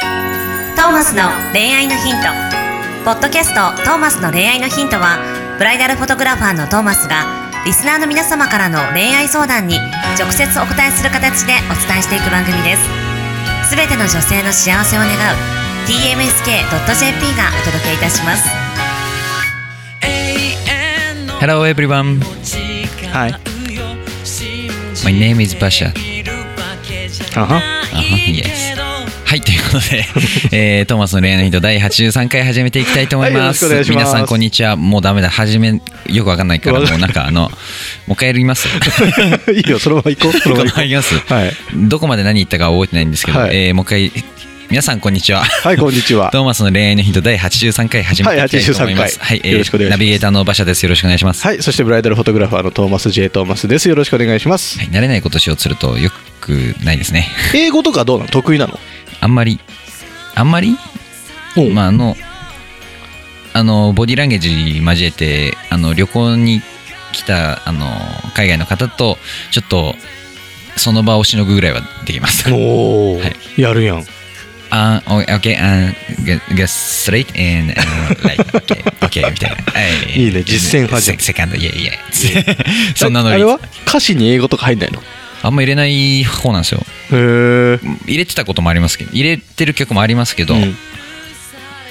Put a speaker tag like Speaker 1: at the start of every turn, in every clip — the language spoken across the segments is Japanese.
Speaker 1: トーマスの恋愛のヒント」ポッドキャスト「トーマスの恋愛のヒントは」ブライダルフォトグラファーのトーマスがリスナーの皆様からの恋愛相談に直接お答えする形でお伝えしていく番組ですすべての女性の幸せを願う tmsk.jp がお届けいたします
Speaker 2: Hello everyone.
Speaker 3: Hi.
Speaker 2: My name is Basha.
Speaker 3: Uh-huh.
Speaker 2: Uh-huh, yes. はい、ということ で、えートーマスの恋愛の人第83回始めていきたいと思います。
Speaker 3: はいよろしくお願
Speaker 2: 皆
Speaker 3: いします
Speaker 2: さん、こんにちは。もうダメだ。始め、よくわかんないから、もうなんか あの、もう一回やります。
Speaker 3: いいよ、そのまま行 こう。そのまま行こ
Speaker 2: はい、ます。
Speaker 3: う。はい。
Speaker 2: どこまで何言ったか覚えてないんですけど、
Speaker 3: はい
Speaker 2: えーもう一回、皆さん、こんにちは。
Speaker 3: はい、こんにち は。
Speaker 2: トーマスの恋愛のヒント第83回始めていきたいと思います。
Speaker 3: はい83
Speaker 2: え
Speaker 3: 回
Speaker 2: ー
Speaker 3: よろしくお願いしま
Speaker 2: ナ
Speaker 3: す
Speaker 2: ビゲーターの馬車です。よろしくお願いします。
Speaker 3: はい、そしてブライダルフォトグラファーのトーマス J. トーマスです。よろしくお願いします。
Speaker 2: はい、慣れないことしようとするとよくないですね。
Speaker 3: 英語とかどうなの得意なの
Speaker 2: あんまり、あんまり、
Speaker 3: お
Speaker 2: まあ、あの、あの、ボディランゲージ交えて、あの、旅行に来た、あの、海外の方と、ちょっと、その場をしのぐぐらいはできます。
Speaker 3: お
Speaker 2: はい
Speaker 3: ー、やるやん。
Speaker 2: あ、お、OK、あ、get get straight and, uh, right, OK, OK みたいな。はい
Speaker 3: いいね実践派じゃん
Speaker 2: セセカンド、いやいや。 そんなの
Speaker 3: あれは歌詞に英語とか入んないの
Speaker 2: あんま入れない方なんですよ。
Speaker 3: へえ。
Speaker 2: 入れてたこともありますけど、入れてる曲もありますけど、
Speaker 3: うん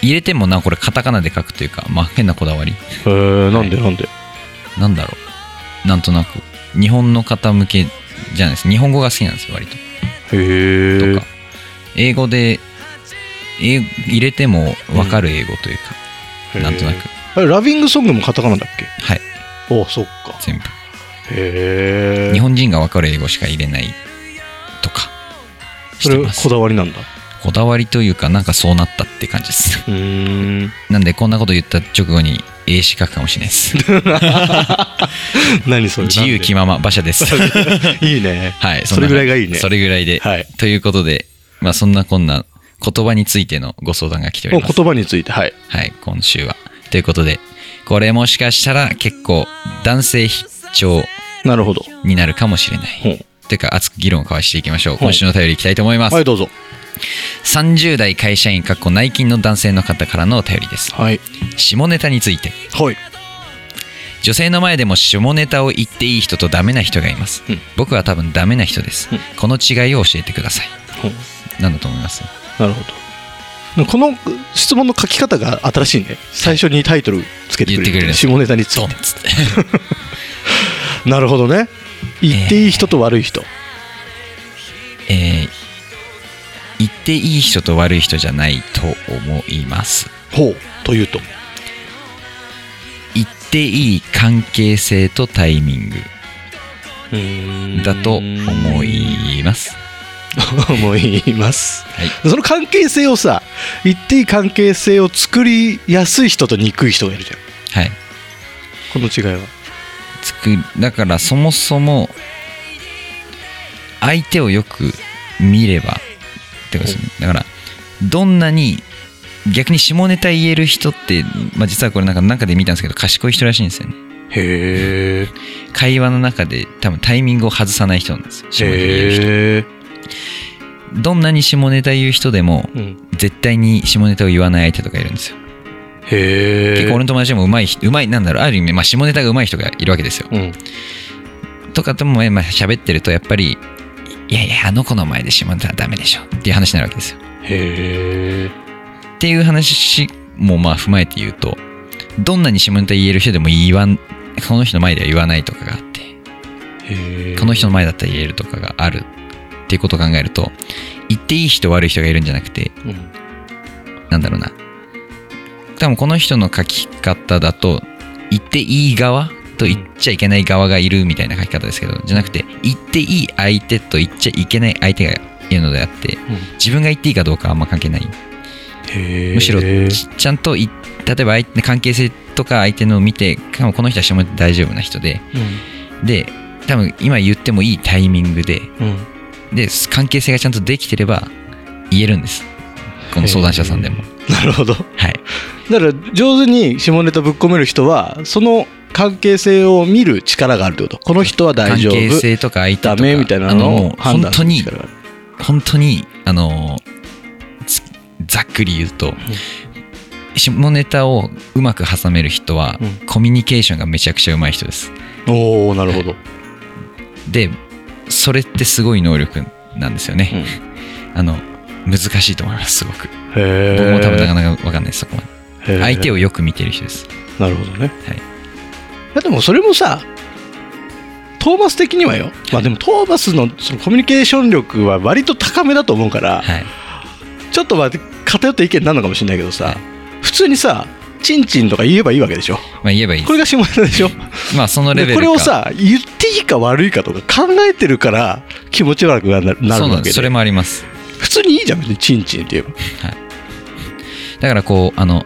Speaker 2: 入れてもな、これカタカナで書くというか、まあ変なこだわり。
Speaker 3: へーなんでなんで
Speaker 2: なんだろう。なんとなく。日本の方向けじゃないです。日本語が好きなんですよ、割と。
Speaker 3: へえ
Speaker 2: とか。英語で、英入れてもわかる英語というか、
Speaker 3: へー
Speaker 2: なんとなく。
Speaker 3: あれラビングソングもカタカナだっけ
Speaker 2: はい、
Speaker 3: おそっか。
Speaker 2: 全部。
Speaker 3: へえ。
Speaker 2: 日本人がわかる英語しか入れないとかし
Speaker 3: そ
Speaker 2: て
Speaker 3: れ
Speaker 2: ま
Speaker 3: は
Speaker 2: す
Speaker 3: こだわりなんだ。
Speaker 2: こだわりというかなんかそうなったって感じです
Speaker 3: う ーん。
Speaker 2: なんでこんなこと言った直後に英詞書くかもしれないです
Speaker 3: 何それ
Speaker 2: 自由気まま馬車です
Speaker 3: いいね。
Speaker 2: はい
Speaker 3: それぐらいがいいね。
Speaker 2: それぐらいで、
Speaker 3: はい
Speaker 2: ということでまあそんなこんな言葉についてのご相談が来ており
Speaker 3: もう
Speaker 2: ます
Speaker 3: 言葉について、はい。
Speaker 2: はい今週はということでこれもしかしたら結構男性必聴
Speaker 3: なるほど。
Speaker 2: になるかもしれない、
Speaker 3: ほう
Speaker 2: というか熱く議論を交わしていきましょう
Speaker 3: ほう
Speaker 2: 今週のお便りいきたいと思います
Speaker 3: はい、どうぞ。
Speaker 2: 30代会社員かっこ内勤の男性の方からのお便りです
Speaker 3: はい。
Speaker 2: 下ネタについて
Speaker 3: はい。
Speaker 2: 女性の前でも下ネタを言っていい人とダメな人がいます、
Speaker 3: うん
Speaker 2: 僕は多分ダメな人です、
Speaker 3: うん
Speaker 2: この違いを教えてください
Speaker 3: ほう
Speaker 2: 何だと思います
Speaker 3: なるほど。この質問の書き方が新しいね。最初にタイトルつけてくれる。
Speaker 2: 言ってくれる
Speaker 3: 下ネタについ
Speaker 2: ンつって
Speaker 3: て。なるほどね。言っていい人と悪い人。
Speaker 2: えー言っていい人と悪い人じゃないと思います
Speaker 3: ほう。というと。
Speaker 2: 言っていい関係性とタイミングだと思います
Speaker 3: 思います。
Speaker 2: はい
Speaker 3: その関係性をさ、言っていい関係性を作りやすい人と憎い人がいるじゃん。
Speaker 2: はい
Speaker 3: この違いは。
Speaker 2: つくだからそもそも相手をよく見ればってことですよねだからどんなに逆に下ネタ言える人って、まあ、実はこれなんか中で見たんですけど賢い人らしいんですよね
Speaker 3: へえ。
Speaker 2: 会話の中で多分タイミングを外さない人なんですよ下ネタ言える人
Speaker 3: へえ。
Speaker 2: どんなに下ネタ言う人でも
Speaker 3: うん。
Speaker 2: 絶対に下ネタを言わない相手とかいるんですよ
Speaker 3: へえ。
Speaker 2: 結構俺の友達でもうまい人うまいなんだろうある意味、まあ、下ネタがうまい人がいるわけですよ
Speaker 3: うん。
Speaker 2: とかともまあ喋ってるとやっぱりいやいやあの子の前でしまったらダメでしょっていう話になるわけですよ。
Speaker 3: へえ。
Speaker 2: っていう話もまあ踏まえて言うとどんなに下ネタ言える人でも言わんこの人の前では言わないとかがあってこの人の前だったら言えるとかがあるっていうことを考えると言っていい人悪い人がいるんじゃなくて
Speaker 3: うん
Speaker 2: なんだろうな多分この人の書き方だと言っていい側と言っちゃいけない側がいるみたいな書き方ですけどじゃなくて言っていい相手と言っちゃいけない相手がいるのであって自分が言っていいかどうかはあんま関係ない
Speaker 3: へえ
Speaker 2: むしろちちゃんとい例えば相手関係性とか相手のを見て多分この人は下ネタ大丈夫な人でで多分今言ってもいいタイミングで
Speaker 3: うんうん
Speaker 2: で関係性がちゃんとできてれば言えるんですこの相談者さんでも
Speaker 3: なるほど
Speaker 2: はい
Speaker 3: だから上手に下ネタぶっ込める人はその関係性を見る力があるってことこの人は
Speaker 2: 関
Speaker 3: 大丈夫
Speaker 2: 係性とか相手とか
Speaker 3: ダメみたいな
Speaker 2: あ
Speaker 3: の
Speaker 2: も
Speaker 3: を
Speaker 2: う
Speaker 3: 判
Speaker 2: 本
Speaker 3: 断
Speaker 2: 当
Speaker 3: する
Speaker 2: に
Speaker 3: 力がある
Speaker 2: 本当にあのつざっくり言うと、下ネタをうまく挟める人は、
Speaker 3: うん
Speaker 2: コミュニケーションがめちゃくちゃうまい人です
Speaker 3: おおなるほど、
Speaker 2: でそれってすごい能力なんですよね、あの難しいと思いますすごく
Speaker 3: へえ
Speaker 2: 僕も多分なかなか分かんないですそこまで相手
Speaker 3: を
Speaker 2: をよく見てる人です
Speaker 3: なるほどね、
Speaker 2: はい
Speaker 3: いやでもそれもさトーマス的にはよ、まあ、でもトーマスのそのコミュニケーション力は割と高めだと思うから、
Speaker 2: はい
Speaker 3: ちょっとまあ偏った意見になるのかもしれないけどさ、
Speaker 2: はい
Speaker 3: 普通にさチンチンとか言えばいいわけでしょ
Speaker 2: まあ言えばいい
Speaker 3: これが下ネタでしょ
Speaker 2: まあそのレベルか
Speaker 3: でこれをさ言っていいか悪いかとか考えてるから気持ち悪くなるなる
Speaker 2: そうなん
Speaker 3: わ
Speaker 2: で
Speaker 3: け
Speaker 2: すそれ
Speaker 3: で
Speaker 2: もあります
Speaker 3: 普通にいいじゃん別にチンチンって言えば
Speaker 2: だからこうあの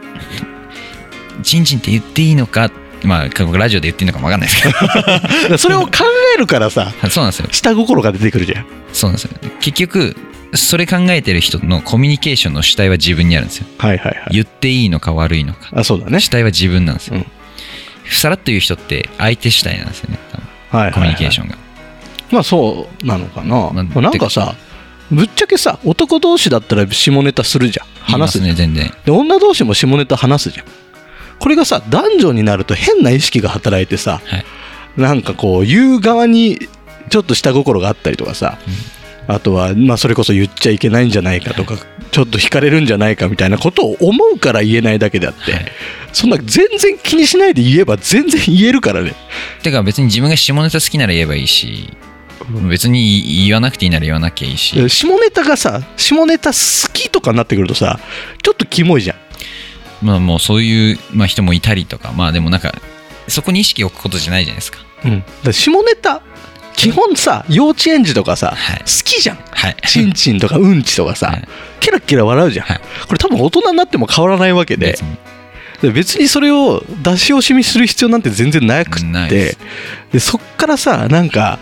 Speaker 2: 「チンチンって言っていいのか」まあ僕ラジオで言っていいのかも分かんないです け
Speaker 3: だからそれを考えるからさ
Speaker 2: どそうなんですよ
Speaker 3: 下心が出てくるじゃん
Speaker 2: そうなんですよ結局それ考えてる人のコミュニケーションの主体は自分にあるんですよ
Speaker 3: はいはいはい
Speaker 2: 言っていいのか悪いのか
Speaker 3: あそうだね
Speaker 2: 主体は自分なんですよ、
Speaker 3: うん
Speaker 2: さらっと言う人って相手主体なんですよね多分
Speaker 3: はいはいはい
Speaker 2: コミュニケーションが、
Speaker 3: まあそうなのかな。
Speaker 2: ま
Speaker 3: ま
Speaker 2: あ
Speaker 3: あなんかさ、ぶっちゃけさ、男同士だったら下ネタするじゃん。
Speaker 2: 言いま
Speaker 3: 話す
Speaker 2: す
Speaker 3: じゃ
Speaker 2: ね
Speaker 3: ん
Speaker 2: 全然
Speaker 3: で、女同士も下ネタ話すじゃん。これがさ、男女になると変な意識が働いてさ、
Speaker 2: はい
Speaker 3: なんかこう、言う側にちょっと下心があったりとかさ、あとは、まあそれこそ言っちゃいけないんじゃないかとか、ちょっと惹かれるんじゃないかみたいなことを思うから言えないだけであって、
Speaker 2: はい
Speaker 3: そんな全然気にしないで言えば全然言えるからね。
Speaker 2: てか別に自分が下ネタ好きなら言えばいいし別に言わなくていいなら言わなきゃいいし、
Speaker 3: 下ネタがさ下ネタ好きとかになってくるとさちょっとキモいじゃん
Speaker 2: まあもうそういう、まあ、人もいたりとかまあでもなんかそこに意識を置くことじゃないじゃないですか、
Speaker 3: だから下ネタ基本さ幼稚園児とかさ、
Speaker 2: はい
Speaker 3: 好きじゃん
Speaker 2: はい
Speaker 3: ちんちんとかうんちとかさ、
Speaker 2: はい
Speaker 3: ケラッケラ笑うじゃん、
Speaker 2: はい
Speaker 3: これ多分大人になっても変わらないわけで
Speaker 2: 別に
Speaker 3: で別にそれを出し惜しみする必要なんて全然なく
Speaker 2: な
Speaker 3: っ
Speaker 2: いで
Speaker 3: て
Speaker 2: す
Speaker 3: でそっからさなんか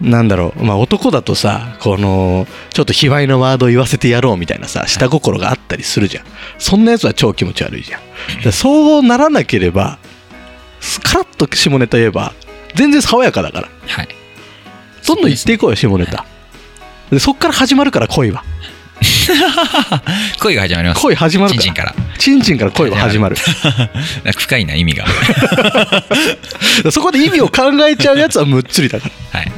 Speaker 3: なんだろう、まあ、男だとさこのちょっと卑猥なワードを言わせてやろうみたいなさ下心があったりするじゃんそんなやつは超気持ち悪いじゃんだからそうならなければすカラッと下ネタ言えば全然爽やかだから
Speaker 2: はい
Speaker 3: どんどん言っていこうよ下ネタでそっから始まるから恋は
Speaker 2: 恋が始まります
Speaker 3: 恋始まる
Speaker 2: チン
Speaker 3: から
Speaker 2: チンから
Speaker 3: チンチンから恋は始まる
Speaker 2: なんか深いな意味が
Speaker 3: そこで意味を考えちゃうやつはむっつりだから
Speaker 2: はい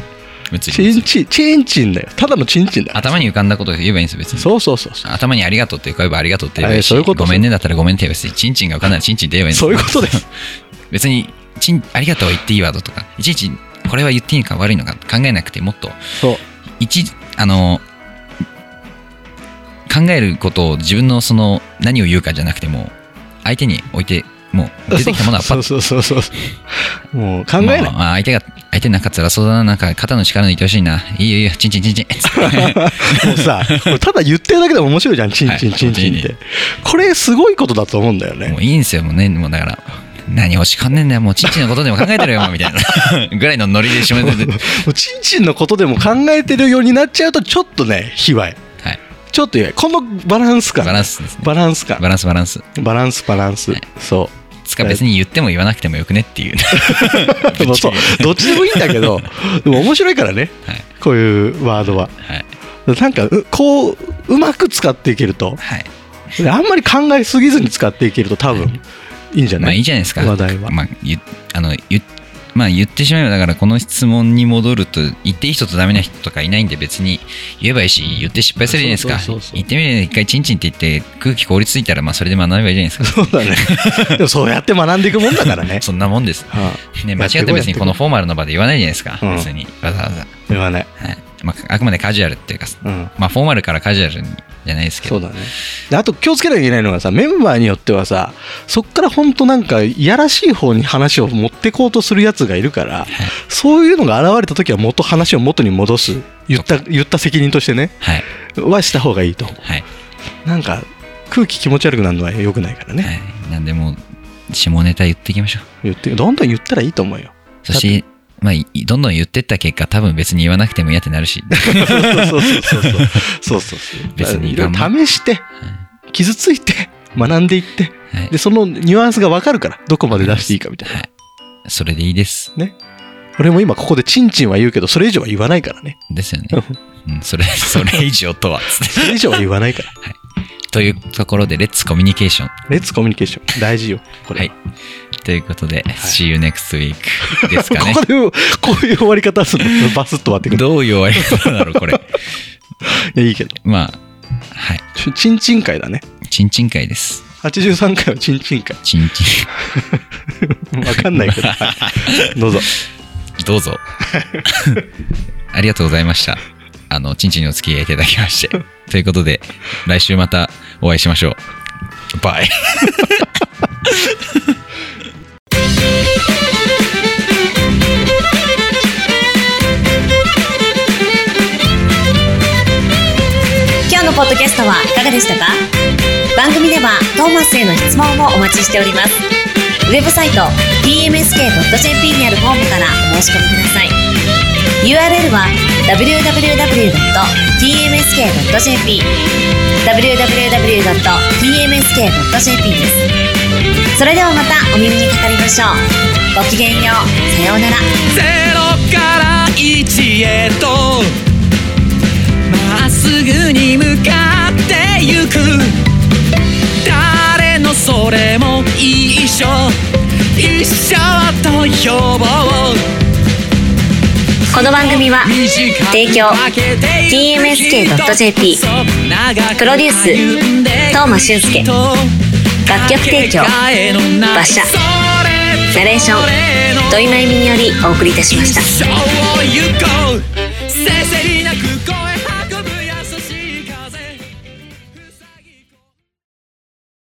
Speaker 2: むつり
Speaker 3: チンチンチンチンだよただのチンチンだよ
Speaker 2: 頭に浮かんだことを言えばいいんです別に
Speaker 3: そうそうそうそう
Speaker 2: 頭にありがとうって浮かべばありがとうって言えばいいし
Speaker 3: えーそういうこと
Speaker 2: ごめんねだったらごめんって言えばいいしチンチンが浮かんだらチンチンって言えばいいんです
Speaker 3: そういうことです
Speaker 2: 別にチンありがとうは言っていいワードとかいちいちこれは言っていいのか悪いのか考えなくてもっと
Speaker 3: そう
Speaker 2: 一あの考えることを自分のその何を言うかじゃなくても相手に置いてもう出てきたものはパ
Speaker 3: そ
Speaker 2: ッ
Speaker 3: うそうそうそうそうもう考えない、
Speaker 2: まあまあ相手が相手なんか辛そうだななんか肩の力抜いてほしいないいよいいよチンチンチンチン
Speaker 3: もうさこれただ言ってるだけでも面白いじゃんチンチン
Speaker 2: はい
Speaker 3: チンチンって、これすごいことだと思うんだよね
Speaker 2: もういいんですよもうねもうだから何欲しかんねんだよもうチンチンのことでも考えてるよみたい なぐらいのノリで締めてて
Speaker 3: もうチンチンのことでも考えてるようになっちゃうとちょっとね卑猥
Speaker 2: はい
Speaker 3: ちょっと卑猥このバランス
Speaker 2: バ
Speaker 3: 感
Speaker 2: ランスですね
Speaker 3: バランス感
Speaker 2: バランスバランス
Speaker 3: バランスバランス、
Speaker 2: はい
Speaker 3: そう
Speaker 2: つか別に言っても言わなくてもよくねっていう
Speaker 3: まあそうどっちでもいいんだけどでも面白いからね、
Speaker 2: はい
Speaker 3: こういうワードは
Speaker 2: はい
Speaker 3: なんかうこううまく使っていけると
Speaker 2: はい
Speaker 3: であんまり考えすぎずに使っていけると多分いいんじゃ
Speaker 2: ま
Speaker 3: な
Speaker 2: あ
Speaker 3: い、
Speaker 2: いいじゃないですか。
Speaker 3: 話題は
Speaker 2: まあ、ゆあのゆまあ、言ってしまえばだからこの質問に戻ると言っていい人とダメな人とかいないんで別に言えばいいし言って失敗するじゃないですか
Speaker 3: そうそうそうそう
Speaker 2: 言ってみれば一回チンチンって言って空気凍りついたらまあそれで学べばいいじゃないですか
Speaker 3: そう だねでもそうやって学んでいくもんだからね、
Speaker 2: そんなもんです、
Speaker 3: はあ、
Speaker 2: ね、間
Speaker 3: や
Speaker 2: 違っ
Speaker 3: ってこい
Speaker 2: て別にこのフォーマルの場で言わないじゃないですか、
Speaker 3: うん
Speaker 2: 別にわざわざ、
Speaker 3: 言わない、
Speaker 2: はいまあ、あくまでカジュアルっていうか、
Speaker 3: うん、
Speaker 2: まあ、フォーマルからカジュアルにじゃないですけ
Speaker 3: そ
Speaker 2: ど
Speaker 3: うだねであと気をつけなきゃいけないのがさメンバーによってはさそっからほんとなんかいやらしい方に話を持ってこうとするやつがいるから、そういうのが現れた時は元話を元に戻す言った言った責任としてね
Speaker 2: はい
Speaker 3: はした方がいいと思
Speaker 2: はいう
Speaker 3: なんか空気気持ち悪くなるのは良くないからね、
Speaker 2: はいなんでもう下ネタ言っていきましょう
Speaker 3: 言ってどんどん言ったらいいと 思うよ
Speaker 2: そして、まあ、いどんどん言ってった結果、多分別に言わなくても嫌ってな るし、
Speaker 3: そうそうそうそうそうそうそう
Speaker 2: 別に
Speaker 3: いろいろ試して傷ついて学んでいって
Speaker 2: はい
Speaker 3: でそのニュアンスが分かるからどこまで出していいかみたいな
Speaker 2: はい。それでいいです。
Speaker 3: 俺も今ここでチンチンは言うけどそれ以上は言わないからね
Speaker 2: ですよね。うん、それ、それ以上とは、つって
Speaker 3: それ以上は言わないから
Speaker 2: とというところで、レッツコミュニケーション。
Speaker 3: レッツコミュニケーション。大事よ。こ
Speaker 2: は
Speaker 3: れ
Speaker 2: い。ということで、See you next week ですかね
Speaker 3: こ。こで、こういう終わり方するのバスッと終わってくる。
Speaker 2: どういう終わり方だろう、これ。
Speaker 3: いや、いいけど。
Speaker 2: まあ、はい。
Speaker 3: ちょチンチン会だね。
Speaker 2: ちんちん会です。
Speaker 3: 83回はチンチン会。
Speaker 2: ちん ちん。
Speaker 3: わかんな いけど。はいどうぞ。
Speaker 2: どう ぞ。ありがとうございました。あの、ちんちんにお付き合いいただきまして。ということで、来週またお会いしましょう。バイ。
Speaker 1: 今日のポッドキャストはいかがでしたか番組ではトーマスへの質問もお待ちしておりますウェブサイト tmsk.jp にあるフォームからお申し込みください URL は www.tmsk.jp www.tmsk.jp ですそれではまたお耳にかかりましょうごきげんようさようなら
Speaker 4: ゼロから一へとまっすぐに向かってゆく誰のそれも一緒一緒と呼ぼう
Speaker 1: この番組は提供 TMSK.jp プロデュース東間俊介楽曲提供馬車ナレーション土井真由美によりお送りいたしました
Speaker 4: 一生を行こうせせ